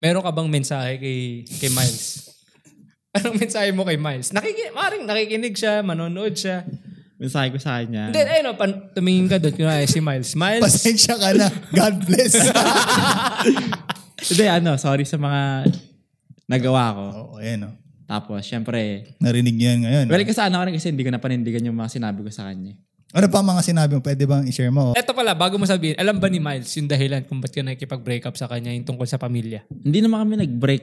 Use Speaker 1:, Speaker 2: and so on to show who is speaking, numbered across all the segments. Speaker 1: Meron ka bang mensahe kay, kay Miles? Anong mensahe mo kay Miles? Nakikinig, maring nakikinig siya, manonood siya.
Speaker 2: Mensahe ko sa kanya.
Speaker 1: And then, ayun, o, pan, tumingin ka doon, kunwari si Miles. Miles,
Speaker 3: Pasensya ka na. God bless.
Speaker 2: Hindi, ano, sorry sa mga nagawa ko.
Speaker 3: Oo, oh, ayan o.
Speaker 2: Tapos, syempre,
Speaker 3: Narinig niyo yan ngayon.
Speaker 2: well, kasana ko rin kasi hindi ko napanindigan yung mga sinabi ko sa kanya.
Speaker 3: ano pa ang mga sinabi mo? Pwede bang i-share mo?
Speaker 1: eto pala, bago mo sabihin, alam ba ni Miles yung dahilan kung ba't ka nakikipag-break up sa kanya yung tungkol sa pamilya?
Speaker 2: Hindi naman kami nag-break,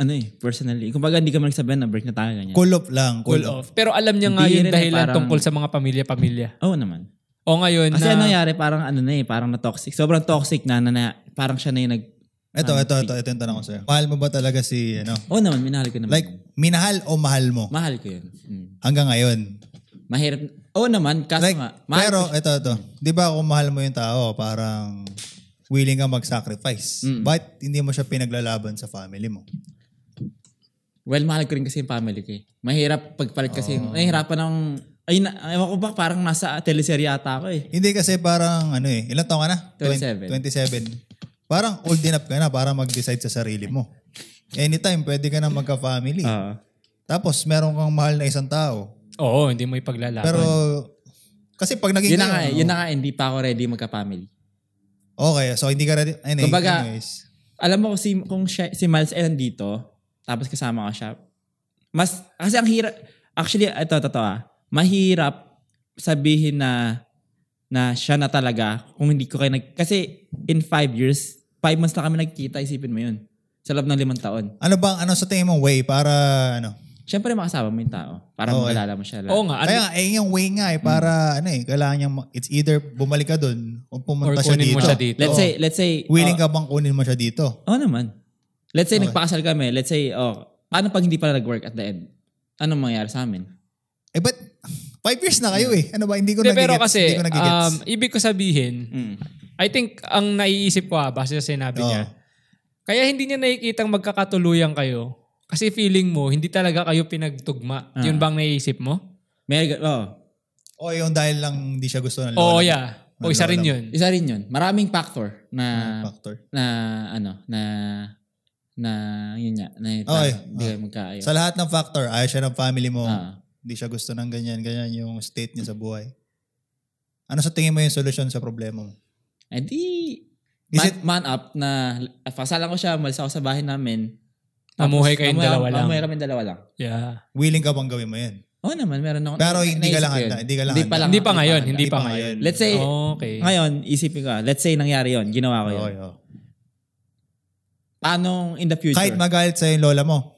Speaker 2: ano eh, personally. Kumbaga, hindi kami nagsabihan na break na tayo ganyan.
Speaker 3: Cool off lang.
Speaker 1: Cool
Speaker 3: Cool,
Speaker 1: off.
Speaker 3: off.
Speaker 1: Pero alam niya nga
Speaker 2: Hindi
Speaker 1: yung
Speaker 2: rin eh,
Speaker 1: dahilan
Speaker 2: parang-
Speaker 1: tungkol sa mga pamilya-pamilya.
Speaker 2: Oo naman.
Speaker 1: O ngayon
Speaker 2: Kasi
Speaker 1: na...
Speaker 2: ano nangyari, parang ano na eh, parang na-toxic. Sobrang toxic na, na, na parang siya na yung nag...
Speaker 3: Ito, ito, ito, ito yung tanong ko sa'yo. Mahal mo ba talaga si, ano?
Speaker 2: Oo naman, minahal ko naman.
Speaker 3: Like,
Speaker 2: yun.
Speaker 3: minahal o mahal mo?
Speaker 2: mahal ko yun. Mm.
Speaker 3: Hanggang ngayon.
Speaker 2: Mahirap. Oo naman, kaso
Speaker 3: Like,
Speaker 2: nga. Mahal
Speaker 3: pero
Speaker 2: ko
Speaker 3: ito, ito. Di ba kung mahal mo yung tao, parang willing ka mag-sacrifice. But hindi mo siya pinaglalaban sa family mo.
Speaker 2: Well, mahal ko rin kasi yung family ko eh. Mahirap pagpalit kasi.
Speaker 3: Oh.
Speaker 2: yung Nahihirapan ng... Ay, na, ewan ko ba, parang nasa teleserye ata ako eh.
Speaker 3: Hindi kasi parang ano eh, ilang taon ka na?
Speaker 2: 27.
Speaker 3: 27. Parang old enough ka na para mag-decide sa sarili mo. Anytime, pwede ka na magka-family.
Speaker 1: Ah.
Speaker 2: Oo.
Speaker 3: Tapos meron kang mahal na isang tao.
Speaker 1: Oo, hindi mo ipaglalaban.
Speaker 3: Pero, kasi pag naging ano,
Speaker 2: yun na nga,
Speaker 3: ganun,
Speaker 2: eh, yun na nga, hindi pa ako ready magka-family.
Speaker 3: Okay, so hindi ka ready. Ay,
Speaker 2: Kumbaga-
Speaker 3: anyways.
Speaker 2: Alam mo kasi kung siya, si Miles ay nandito, tapos kasama ko siya, mas, kasi ang hirap, actually, ito, totoo ah, mahirap sabihin na, na siya na talaga kung hindi ko kayo nag, kasi in five years, five months na kami nagkita, isipin mo yun. Sa loob ng limang taon.
Speaker 3: Ano bang, ano sa tingin mong way para ano?
Speaker 2: Siyempre makasama mo yung tao. Para
Speaker 3: Oo, eh.
Speaker 2: maalala mo siya.
Speaker 1: Oo nga, ano, Hmm.
Speaker 3: Kaya nga, eh, yung way nga eh, para ano eh, kailangan niyang, ma- it's either bumalik ka dun
Speaker 1: or
Speaker 3: o pumunta siya
Speaker 1: kunin
Speaker 3: dito.
Speaker 1: mo siya dito. Oh.
Speaker 2: Let's say, let's say,
Speaker 3: Willing ka bang kunin mo siya dito?
Speaker 2: Oo Oh, naman. Let's say nagpakasal kami. Let's say, oh, paano pag hindi pala nag-work at the end? Anong mangyayari sa amin?
Speaker 3: Eh, but five years na kayo eh. Ano ba, hindi ko
Speaker 1: Hindi,
Speaker 3: nagigets.
Speaker 1: pero kasi,
Speaker 3: hindi ko nagigets.
Speaker 1: um, ibig ko sabihin,
Speaker 2: Mm.
Speaker 1: I think ang naiisip ko ah, base sa sinabi
Speaker 3: Oo.
Speaker 1: niya, kaya hindi niya nakikitang magkakatuluyan kayo kasi feeling mo, hindi talaga kayo pinagtugma.
Speaker 2: Ah.
Speaker 1: Yun bang naiisip mo?
Speaker 2: May, oh,
Speaker 3: O yung dahil lang hindi siya gusto ng
Speaker 1: Oo,
Speaker 3: lola.
Speaker 1: yeah. O isa rin yun.
Speaker 2: isa rin yun. Maraming factor na,
Speaker 1: Ah.
Speaker 3: Factor.
Speaker 2: na, ano, na, na, yun nga, na,
Speaker 3: Okay. Ah.
Speaker 2: hindi kayo magkaayo.
Speaker 3: Sa oh. lahat ng factor, ayaw siya ng family mo.
Speaker 2: Ah.
Speaker 3: Hindi siya gusto ng ganyan, ganyan yung state niya sa buhay. Ano sa tingin mo yung solusyon sa problema mo?
Speaker 2: Eh di,
Speaker 3: Is
Speaker 2: man,
Speaker 3: it-
Speaker 2: man up na, pasalan ko siya, malis ako sa bahay namin.
Speaker 1: Mamuhay kayong
Speaker 2: mamuhay-
Speaker 1: dalawa lang.
Speaker 2: Mamuhay kami dalawa lang.
Speaker 1: Yeah.
Speaker 3: Willing ka bang gawin mo yan?
Speaker 2: Oo naman, meron ako.
Speaker 3: Pero hindi ka
Speaker 2: naisip
Speaker 3: lang
Speaker 2: ko yun.
Speaker 3: handa, hindi ka lang handa.
Speaker 2: lang-
Speaker 1: Hindi pa ngayon,
Speaker 2: handa.
Speaker 1: hindi
Speaker 3: Hindi
Speaker 1: pa
Speaker 3: pa
Speaker 1: ngayon.
Speaker 2: Let's say,
Speaker 1: okay.
Speaker 2: Ngayon, isipin ko, ah, let's say nangyari yon ginawa ko yun.
Speaker 3: Okay, oh.
Speaker 2: Paano in the future?
Speaker 3: Kahit magalit sa'yo yung lola mo.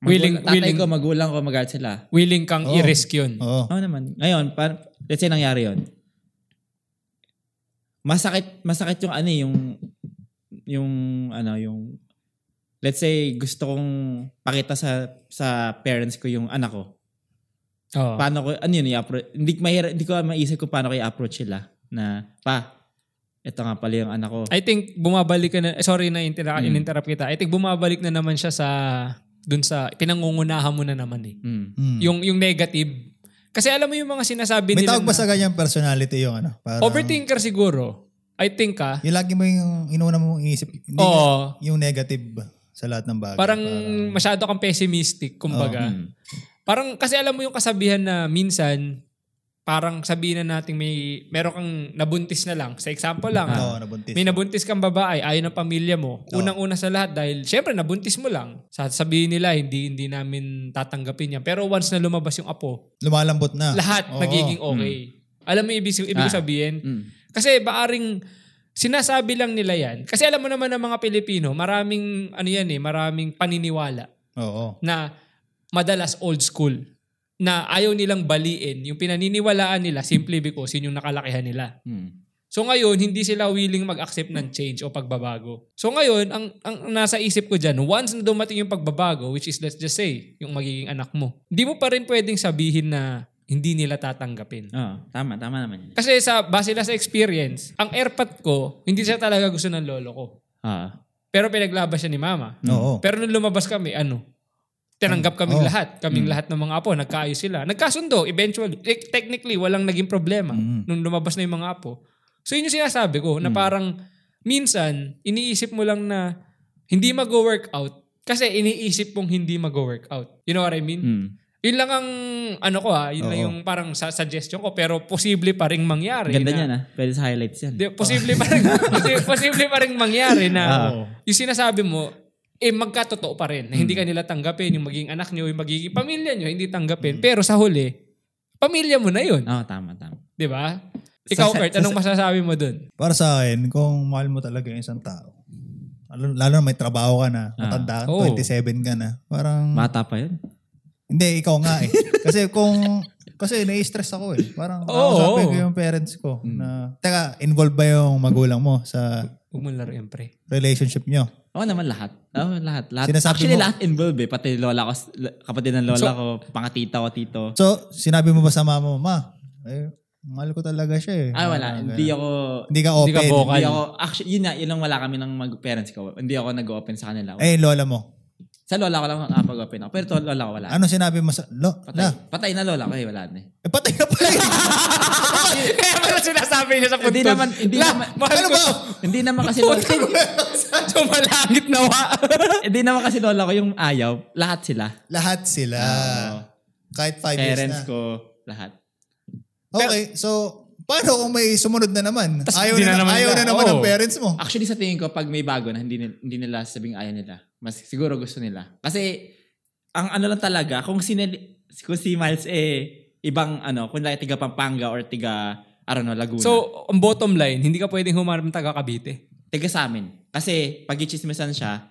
Speaker 2: Magulang-
Speaker 1: Willing-
Speaker 2: tatay
Speaker 1: willing-
Speaker 2: ko, magulang ko, magalit sila.
Speaker 1: Willing kang
Speaker 3: Oo.
Speaker 1: i-risk yun.
Speaker 3: Oo.
Speaker 2: Oo naman. Ngayon, par- let's say nangyari yon Masakit, masakit yung ano eh, yung, yung, ano, yung, let's say gusto kong pakita sa sa parents ko yung anak ko.
Speaker 1: Oo.
Speaker 2: Paano ko, ano yun, i-approach, hindi, mahira, hindi ko maisip kung paano ko i-approach sila na, pa, ito nga pala yung anak ko.
Speaker 1: I think bumabalik ka na, eh, sorry na
Speaker 3: Hmm.
Speaker 1: intera-
Speaker 2: Mm.
Speaker 1: in-interrupt kita. I think bumabalik na naman siya sa, dun sa, pinangungunahan mo na naman eh.
Speaker 2: Mm.
Speaker 3: Hmm.
Speaker 1: Yung, yung negative. Kasi alam mo yung mga sinasabi
Speaker 3: May
Speaker 1: nila
Speaker 3: tawag ba
Speaker 1: na-
Speaker 3: sa ganyan personality yung ano? Parang,
Speaker 1: Overthinker siguro. I think ah.
Speaker 3: Yung lagi mo yung inuuna mong iisip. Hindi
Speaker 1: Oo.
Speaker 3: Yung negative sa lahat ng bagay.
Speaker 1: Parang masyado kang pessimistic, kumbaga.
Speaker 2: Mm.
Speaker 1: Parang kasi alam mo yung kasabihan na minsan, parang sabihin na natin may, meron kang nabuntis na lang. Sa example lang
Speaker 3: Oo,
Speaker 1: ah.
Speaker 3: nabuntis.
Speaker 1: May nabuntis kang babae, ayaw ng pamilya mo. Unang-una sa lahat dahil syempre nabuntis mo lang. Sasabihin nila hindi hindi namin tatanggapin yan. Pero once na lumabas yung apo,
Speaker 3: Lumalambot na.
Speaker 1: lahat
Speaker 3: Ah. Oo. Hmm.
Speaker 1: nagiging okay. Alam mo yung ibig, ibig
Speaker 2: Ah.
Speaker 1: sabihin?
Speaker 2: Mm.
Speaker 1: Kasi baaring sinasabi lang nila yan. Kasi alam mo naman ng mga Pilipino, maraming ano yan eh, maraming paniniwala
Speaker 3: Oo.
Speaker 1: na madalas old school na ayaw nilang baliin yung pinaniniwalaan nila simply because yun yung nakalakihan nila.
Speaker 2: Mm.
Speaker 1: So ngayon, hindi sila willing mag-accept ng change o pagbabago. So ngayon, ang, ang nasa isip ko dyan, once na dumating yung pagbabago, which is let's just say, yung magiging anak mo, hindi mo pa rin pwedeng sabihin na hindi nila tatanggapin.
Speaker 2: Oo, Ah, tama, tama naman yun.
Speaker 1: Kasi sa base lang sa experience, ang airpot ko, hindi siya talaga gusto ng lolo ko.
Speaker 2: Ah.
Speaker 1: Pero pinaglabas siya ni mama.
Speaker 2: Mm.
Speaker 3: Oo.
Speaker 1: Pero nung lumabas kami, ano? Tinanggap kaming
Speaker 3: Oh.
Speaker 1: lahat. Kaming lahat ng mga apo, nagkaayos sila. Nagkasundo, eventually. Te- technically, walang naging problema nung lumabas na yung mga apo. So yun yung sinasabi ko, na parang minsan, iniisip mo lang na Hindi mag-workout kasi iniisip mong hindi mag-workout. You know what I mean?
Speaker 2: Mm.
Speaker 1: Yun lang ang ano ko ha, yun lang
Speaker 3: Oo.
Speaker 1: yung parang sa suggestion ko pero posible pa rin mangyari.
Speaker 2: Ganda
Speaker 1: na-
Speaker 2: niya na. Pwede sa highlights yan.
Speaker 1: Di, posible pa rin, posi- posible pa rin mangyari na
Speaker 2: Ah.
Speaker 3: Oo.
Speaker 1: yung sinasabi mo, eh magkatotoo pa rin. Na
Speaker 2: Hmm.
Speaker 1: hindi ka nila tanggapin yung magiging anak niyo, yung magiging pamilya niyo, hindi
Speaker 2: Hmm.
Speaker 1: tanggapin. Pero sa huli, pamilya mo na yun.
Speaker 2: Oo, tama, tama.
Speaker 1: Di ba? Ikaw,
Speaker 2: Ah. Sa-
Speaker 1: Kurt,
Speaker 2: sa-
Speaker 1: anong masasabi mo dun?
Speaker 3: Para sa akin, kung mahal mo talaga yung isang tao, lalo, lalo na may trabaho ka na,
Speaker 2: Ah.
Speaker 3: matanda ka,
Speaker 1: Oo.
Speaker 3: 27 ka na, parang,
Speaker 2: Bata pa yun.
Speaker 3: hindi, ikaw nga eh. kasi kung, kasi nai-stress ako eh. Parang,
Speaker 1: Oo.
Speaker 3: nakausapin ko yung parents ko
Speaker 2: Mm.
Speaker 3: na, teka, involved ba yung magulang mo sa
Speaker 1: Huwag mo laro yan, pre.
Speaker 3: relationship nyo?
Speaker 2: Oo naman lahat. Oo, lahat. lahat.
Speaker 3: Sinasabi
Speaker 2: Actually,
Speaker 3: mo-
Speaker 2: lahat involved eh. Pati lola ko, kapatid ng lola ko, pangatita ko, tito.
Speaker 3: So, sinabi mo ba sa mama mo, ma, eh, mahal ko talaga siya eh.
Speaker 2: Ah, wala.
Speaker 3: Parang
Speaker 2: Hindi
Speaker 3: ganun.
Speaker 2: ako,
Speaker 3: Hindi ka
Speaker 1: Hindi
Speaker 3: open.
Speaker 1: ka vocal.
Speaker 2: hindi ako, actually, yun na, yun lang wala kami ng mag-parents ko. Hindi ako nag-open sa kanila.
Speaker 3: Eh, lola mo.
Speaker 2: Sa lola ko lang nakapag-open ako. Pero to lola ko wala.
Speaker 3: Ano sinabi mo sa, lo,
Speaker 2: Ah. Patay.
Speaker 3: na,
Speaker 2: Patay na lola ko eh, wala na eh.
Speaker 3: eh, patay ka pala yun.
Speaker 1: Kaya pala sinasabi niya sa puntos.
Speaker 2: Hindi naman, hindi
Speaker 1: La,
Speaker 2: naman,
Speaker 1: mahal
Speaker 3: ano
Speaker 1: ko.
Speaker 3: ba?
Speaker 2: hindi naman kasi lola,
Speaker 1: Sumalangit na wa.
Speaker 2: hindi naman kasi lola ko yung ayaw. Lahat sila.
Speaker 3: Lahat sila.
Speaker 2: Ah, Oo.
Speaker 3: kahit Ah, five years na.
Speaker 2: parents ko, lahat.
Speaker 3: Okay, so paano kung may sumunod na naman?
Speaker 1: Tas
Speaker 3: ayaw
Speaker 1: di
Speaker 3: na,
Speaker 1: na naman
Speaker 3: ayaw
Speaker 1: nila. Oh.
Speaker 3: na naman
Speaker 1: Oo.
Speaker 3: ng parents mo.
Speaker 2: Actually, sa tingin ko, pag may bago na, hindi, nil- hindi nila sabing ayaw nila. Mas siguro gusto nila. Kasi, ang ano lang talaga, kung si, Nel- kung si Miles eh, ibang ano, kung like tiga Pampanga or tiga, I don't know, Laguna.
Speaker 1: So, ang bottom line, hindi ka pwedeng humarap ng taga Cavite.
Speaker 2: tiga sa amin. Kasi, pag ichismisan siya,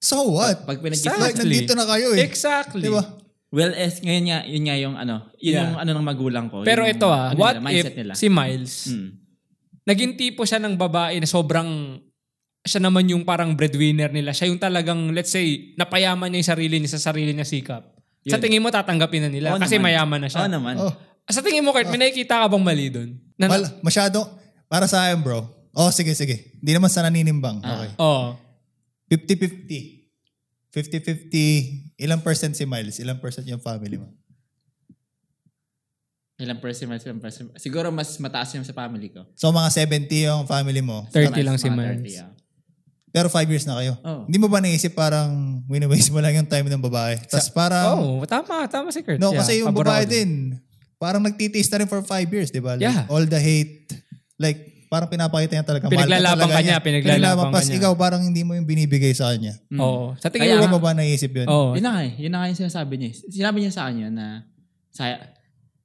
Speaker 3: So what?
Speaker 2: pag pinag
Speaker 3: It's like
Speaker 1: Exactly.
Speaker 3: nandito na kayo eh.
Speaker 1: Exactly.
Speaker 3: Di ba?
Speaker 2: well, es, ngayon nga, yun nga yung ano, yun
Speaker 1: Yeah.
Speaker 2: yung ano ng magulang ko.
Speaker 1: Pero
Speaker 2: yung,
Speaker 1: ito ah,
Speaker 2: ano
Speaker 1: what
Speaker 2: nila,
Speaker 1: if
Speaker 2: mindset nila.
Speaker 1: si Miles,
Speaker 2: Mm.
Speaker 1: naging tipo siya ng babae na sobrang siya naman yung parang breadwinner nila. Siya yung talagang, let's say, napayaman niya yung sarili niya sa sarili niya sikap. Sa
Speaker 2: Yun.
Speaker 1: tingin mo, tatanggapin na nila
Speaker 2: Oo
Speaker 1: kasi
Speaker 2: naman.
Speaker 1: mayaman na siya.
Speaker 2: Oo naman.
Speaker 3: Oh,
Speaker 1: Sa tingin mo, Kurt, may nakikita ka bang mali doon? Na-
Speaker 3: wala, masyado, para sa akin bro. Oh, sige, sige. Hindi naman sa naninimbang. Okay.
Speaker 1: Oo.
Speaker 3: 50-50. 50-50. Ilang percent si Miles? Ilang percent yung family mo?
Speaker 2: Ilang person, ilang person. Siguro mas mataas yung sa family ko.
Speaker 3: So mga 70 yung family mo.
Speaker 1: 30 lang si
Speaker 2: Mga ah.
Speaker 1: Miles.
Speaker 2: 30, ah.
Speaker 3: Pero 5 years na kayo.
Speaker 1: Oh.
Speaker 2: Oo.
Speaker 3: Hindi mo ba naisip parang win-waste mo lang yung time ng babae? Tapos parang,
Speaker 1: Oo, tama. Tama si Kurt.
Speaker 3: Um, No,
Speaker 1: Yeah,
Speaker 3: kasi yung
Speaker 1: pabor
Speaker 3: babae
Speaker 1: ako dun.
Speaker 3: din, parang nagtitiis na rin for five years, di ba? Like,
Speaker 1: Yeah.
Speaker 3: All the hate, like, parang pinapakita niya talaga.
Speaker 1: Pinaglalabang
Speaker 3: mahal
Speaker 1: ka niya, pinaglalabang ka
Speaker 3: pas
Speaker 1: niya.
Speaker 3: ikaw, parang hindi mo yung binibigay sa kanya.
Speaker 2: Mm.
Speaker 1: Oo. Sa tingin
Speaker 2: Kaya
Speaker 1: mo, Oh.
Speaker 3: Hindi mo ba naisip yun?
Speaker 1: oo.
Speaker 2: Yun na nga eh. Yun na nga yung sinasabi niya. eh. Sinabi niya sa akin yun na, sa,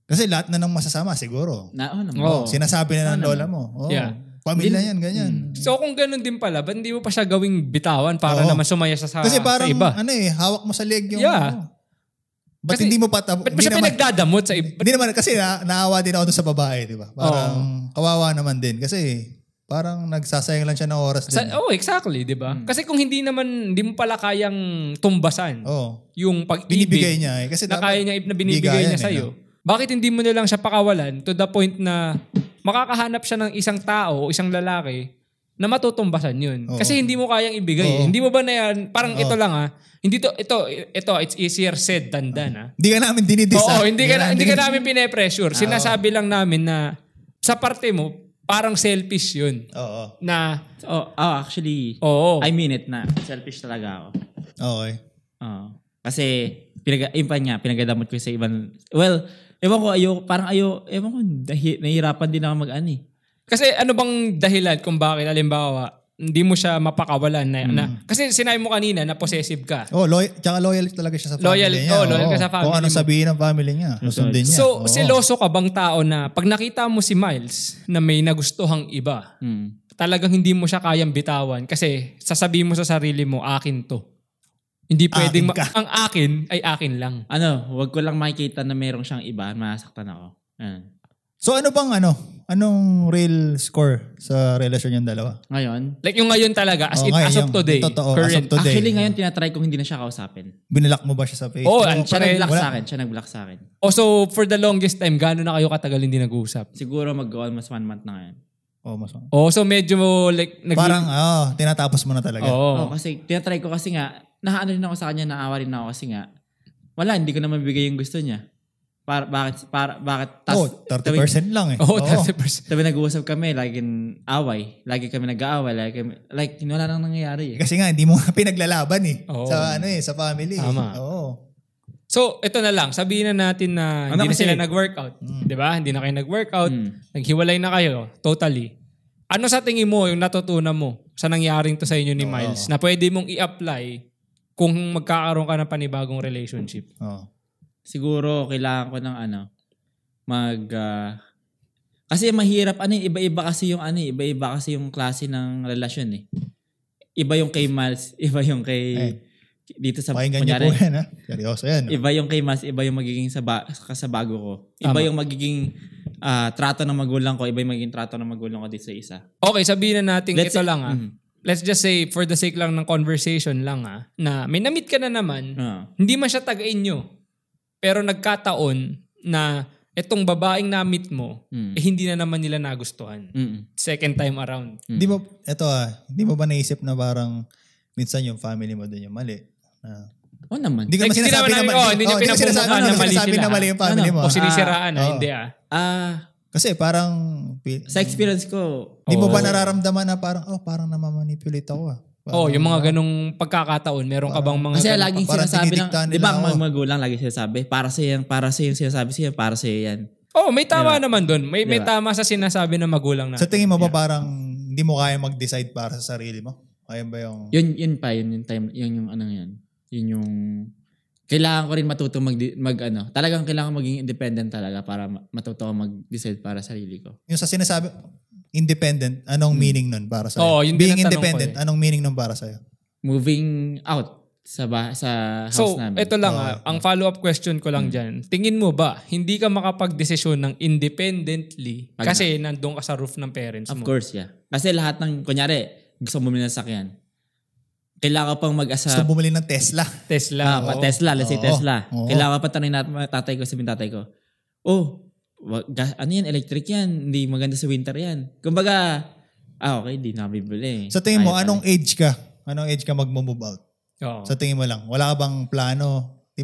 Speaker 3: Kasi lahat na ng masasama, siguro.
Speaker 2: na ano,
Speaker 3: Oh.
Speaker 1: Oo.
Speaker 3: Sinasabi na ng
Speaker 2: Ano
Speaker 3: lola mo. Oh,
Speaker 1: Yeah. Mm.
Speaker 3: Pamilya yan, ganyan.
Speaker 1: So kung ganun din pala, ba't hindi mo pa siya gawing bitawan para
Speaker 3: Oo.
Speaker 1: naman sumaya siya sa,
Speaker 3: Kasi
Speaker 1: sa
Speaker 3: parang,
Speaker 1: iba?
Speaker 3: ano eh, hawak mo sa leg yung...
Speaker 1: Yeah.
Speaker 3: ano. Ba't
Speaker 1: Kasi-
Speaker 3: hindi mo pa...
Speaker 1: Ba't mo
Speaker 3: hindi
Speaker 1: siya
Speaker 3: naman-
Speaker 1: pinagdadamot sa iba?
Speaker 3: Hindi naman, kasi na, naawa din ako dun sa babae, di ba? Parang
Speaker 1: Oh.
Speaker 3: kawawa naman din. Kasi parang nagsasayang lang siya ng oras din.
Speaker 1: Sa, oh, exactly, di
Speaker 2: Mm.
Speaker 1: ba? Kasi kung hindi naman, hindi mo pala kayang tumbasan
Speaker 3: oh.
Speaker 1: yung pag-ibig
Speaker 3: binibigay niya eh. Kasi
Speaker 1: na
Speaker 3: dapat
Speaker 1: kaya niya, na binibigay
Speaker 3: bigayan
Speaker 1: niya
Speaker 3: eh,
Speaker 1: sa'yo.
Speaker 3: no?
Speaker 1: Bakit hindi mo na lang siya pakawalan to the point na makakahanap siya ng isang tao o isang lalaki na matutumbasan yun.
Speaker 3: Oo.
Speaker 1: Kasi hindi mo kayang ibigay. eh.
Speaker 3: Oo.
Speaker 1: Hindi mo ba na yan, parang ito lang ah, hindi to, ito, ito, it's easier said than done ah.
Speaker 3: Hindi ka namin dinidis.
Speaker 1: Oo,
Speaker 3: ah.
Speaker 1: hindi ka, na- hindi ka
Speaker 3: dini-
Speaker 1: namin pine-pressure. Sinasabi lang namin na sa parte mo, parang selfish yun.
Speaker 3: Oo.
Speaker 1: Na,
Speaker 2: Oh, oh, actually,
Speaker 1: oo.
Speaker 2: I mean it na. Selfish talaga ako.
Speaker 3: Okay.
Speaker 2: Oo. Kasi, pinag yun pa niya, pinagadamot ko sa ibang, well, ewan ko, ayo, parang ayo, ewan ko, dahi, nahihirapan din ako mag-ano eh.
Speaker 1: Kasi ano bang dahilan kung bakit, alimbawa, hindi mo siya mapakawalan na, na
Speaker 3: Mm.
Speaker 1: kasi sinabi mo kanina na possessive ka.
Speaker 3: Oh, loy tsaka loyal talaga siya sa family
Speaker 1: Loyal,
Speaker 3: niya.
Speaker 1: oh, loyal ka sa family
Speaker 3: Kung anong
Speaker 1: mo.
Speaker 3: sabihin ng family niya, susundin niya.
Speaker 1: So,
Speaker 3: Oo.
Speaker 1: seloso ka bang tao na pag nakita mo si Miles na may nagustuhang iba,
Speaker 2: Hmm.
Speaker 1: talagang hindi mo siya kayang bitawan kasi sasabihin mo sa sarili mo, akin to. Hindi pwedeng, ma-
Speaker 3: ka.
Speaker 1: ang akin ay akin lang.
Speaker 2: Ano, wag ko lang makikita na merong siyang iba, masaktan ako. Ayan.
Speaker 3: So, ano bang ano? Anong real score sa relasyon yung dalawa?
Speaker 2: Ngayon,
Speaker 1: Like yung ngayon talaga, as, in,
Speaker 3: Okay,
Speaker 1: as of
Speaker 3: yung
Speaker 1: today,
Speaker 3: totoo, as of
Speaker 1: current.
Speaker 3: Today.
Speaker 2: actually ngayon, tinatry kong hindi na siya kausapin.
Speaker 3: Binalak mo ba siya sa Facebook?
Speaker 1: Oo, ang
Speaker 2: Siya
Speaker 1: Pare,
Speaker 2: nag-block
Speaker 3: wala.
Speaker 2: sa akin, siya nag-block sa akin.
Speaker 1: Oh, so for the longest time, gano'n na kayo katagal hindi nag-uusap?
Speaker 2: Siguro mag-almost one month na ngayon.
Speaker 3: Oh, mas,
Speaker 1: Oh, so medyo like... Nag-
Speaker 3: parang, oh, tinatapos mo na talaga.
Speaker 1: Oo.
Speaker 2: Oo, kasi tinatry ko kasi nga, nahaano rin ako sa kanya, naawa rin ako kasi nga, wala, hindi ko naman bigay yung gusto niya. Para, bakit, para, bakit, tas,
Speaker 3: Oo, 30% lang eh.
Speaker 1: Oo, oh,
Speaker 3: Oo.
Speaker 1: 30%.
Speaker 2: Sabi nag-uusap kami, laging away. Lagi kami nag-aaway. Lagi kami, like, wala nang nangyayari eh.
Speaker 3: Kasi nga, hindi mo nga pinaglalaban eh.
Speaker 1: Oo.
Speaker 3: Sa ano eh, sa family. eh.
Speaker 1: Tama.
Speaker 3: Oo.
Speaker 1: So, ito na lang. Sabihin na natin na
Speaker 2: Ano
Speaker 1: hindi na
Speaker 2: kasi? Mm.
Speaker 1: sila nag-workout. Di ba? Hindi na kayo nag-workout.
Speaker 2: Hmm.
Speaker 1: Naghiwalay na kayo. Totally. Ano sa tingin mo yung natutunan mo sa nangyaring to sa inyo ni Miles na pwede mong i-apply kung magkakaroon ka ng panibagong relationship?
Speaker 3: Oo.
Speaker 2: Siguro, kailangan ko ng ano, mag, ah, kasi mahirap, ano, eh, iba-iba kasi yung ano, eh, iba-iba kasi yung klase ng relasyon eh. Iba yung kay Miles, iba yung kay, dito sa,
Speaker 3: Eh. Pakinggan niyo po
Speaker 2: kunyari,
Speaker 3: yan ha. Seryoso yan.
Speaker 2: iba yung kay Mas, iba yung magiging sa, ba, sa bago ko. Iba yung magiging ah, trato ng magulang ko, iba yung magiging trato ng magulang ko dito sa isa.
Speaker 1: Okay, sabihin na natin
Speaker 2: Let's
Speaker 1: ito
Speaker 2: say-
Speaker 1: lang ah.
Speaker 2: Mhm.
Speaker 1: Let's just say for the sake lang ng conversation lang ah, na may na-meet ka na naman,
Speaker 2: Ah.
Speaker 1: hindi man siya taga inyo. Pero nagkataon na etong babaeng na-meet mo,
Speaker 2: Mm.
Speaker 1: eh, hindi na naman nila nagustuhan.
Speaker 2: Mm.
Speaker 1: Second time around.
Speaker 3: Hindi mo,
Speaker 1: Hmm.
Speaker 3: eto ah, hindi mo ba naisip na parang minsan yung family mo doon yung mali? Ah.
Speaker 2: Oo naman.
Speaker 3: Hindi
Speaker 1: Like,
Speaker 3: ka naman sinasabi
Speaker 1: hindi
Speaker 3: na
Speaker 1: naman Eh, namin-
Speaker 3: mali.
Speaker 1: oh, hindi niya
Speaker 3: Oo, mo
Speaker 1: pinapumukha
Speaker 3: sinasabi
Speaker 1: na
Speaker 3: hindi mo
Speaker 1: mali
Speaker 3: sinasabi
Speaker 1: sila,
Speaker 3: na mali yung family
Speaker 2: Ano?
Speaker 3: mo.
Speaker 1: O sinisiraan ah,
Speaker 3: oo.
Speaker 1: hindi ah.
Speaker 2: Ah,
Speaker 3: Kasi parang,
Speaker 2: sa experience ko,
Speaker 3: hindi mo
Speaker 1: Oo.
Speaker 3: ba nararamdaman na parang, oh, parang namamanipulate ako ah. Parang-
Speaker 1: Oh, yung mga ganong pagkakataon, meron ka bang mga
Speaker 2: kasi
Speaker 1: ganong-
Speaker 2: laging
Speaker 3: parang
Speaker 2: sinasabi ng,
Speaker 3: dinidiktahan
Speaker 2: di ba
Speaker 3: nila
Speaker 2: ang
Speaker 3: ako.
Speaker 2: mga magulang lagi sinasabi, para sa yan, para sa yan, sinasabi sa yan, para sa yan.
Speaker 1: Oh, may tama naman doon. May may
Speaker 2: Diba?
Speaker 1: tama sa sinasabi ng magulang
Speaker 3: Sa
Speaker 1: natin.
Speaker 3: tingin mo ba parang hindi mo kaya mag-decide para sa sarili mo? Kaya ba yung...
Speaker 2: Yun, yun pa, yun yung time, yun yung ano yan. Yun yung, kailangan ko rin matuto mag, mag ano, talagang kailangan maging independent talaga para ma- matuto ko mag-decide para sa sarili ko.
Speaker 3: Yung sa sinasabi, independent, anong meaning nun para sa'yo?
Speaker 1: Oo, Hmm. Oh, yun din
Speaker 3: Being
Speaker 1: ang tanong ko
Speaker 3: independent,
Speaker 1: eh.
Speaker 3: anong meaning nun para sa'yo?
Speaker 2: Moving out sa ba, sa house
Speaker 1: So,
Speaker 2: namin.
Speaker 1: ito lang ah, ang follow-up question ko
Speaker 3: Hmm.
Speaker 1: lang dyan. Tingin mo ba, hindi ka makapag-desisyon ng independently
Speaker 2: Pag-
Speaker 1: kasi nandun ka sa roof ng parents
Speaker 2: Of
Speaker 1: mo?
Speaker 2: course, yeah. Kasi lahat ng, kunyari, gusto mo bumili ng sakyan, kailangan ko pang mag-asa
Speaker 1: Ah.
Speaker 3: Gusto bumili ng Tesla.
Speaker 1: Tesla.
Speaker 2: Ah, pa
Speaker 1: oo.
Speaker 2: Tesla, let's say
Speaker 3: Oo.
Speaker 2: Tesla.
Speaker 3: Oo.
Speaker 2: Kailangan pa tanongin natin mga tatay ko, sabihin tatay ko. Oh, wag, gas, ano yan, electric yan, hindi maganda sa winter yan. Kumbaga, ah okay, di na bibili.
Speaker 3: Sa tingin mo,
Speaker 2: Ayaw
Speaker 3: anong age ka? Anong age ka mag-move out?
Speaker 1: Oo.
Speaker 3: Sa tingin mo lang, wala ka bang plano? Di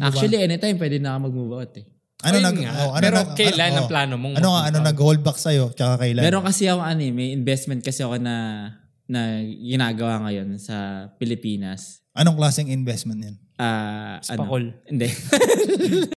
Speaker 2: talaga.
Speaker 3: mo ba-
Speaker 2: Actually, anytime pwede na ako mag-move out eh.
Speaker 3: ano
Speaker 1: Ayun
Speaker 3: nag,
Speaker 1: nga.
Speaker 3: oh, ano
Speaker 1: Pero
Speaker 3: nag-
Speaker 1: kailan
Speaker 3: ano-
Speaker 1: ang plano mong
Speaker 3: Ano nga, ano
Speaker 1: mag-move out?
Speaker 3: nag-hold back sa'yo? Tsaka kailan?
Speaker 2: Meron kasi ako ano eh, may investment kasi ako na na ginagawa ngayon sa Pilipinas.
Speaker 3: Anong klaseng investment yan?
Speaker 2: Ah, ano?
Speaker 1: Spakol.
Speaker 2: Hindi.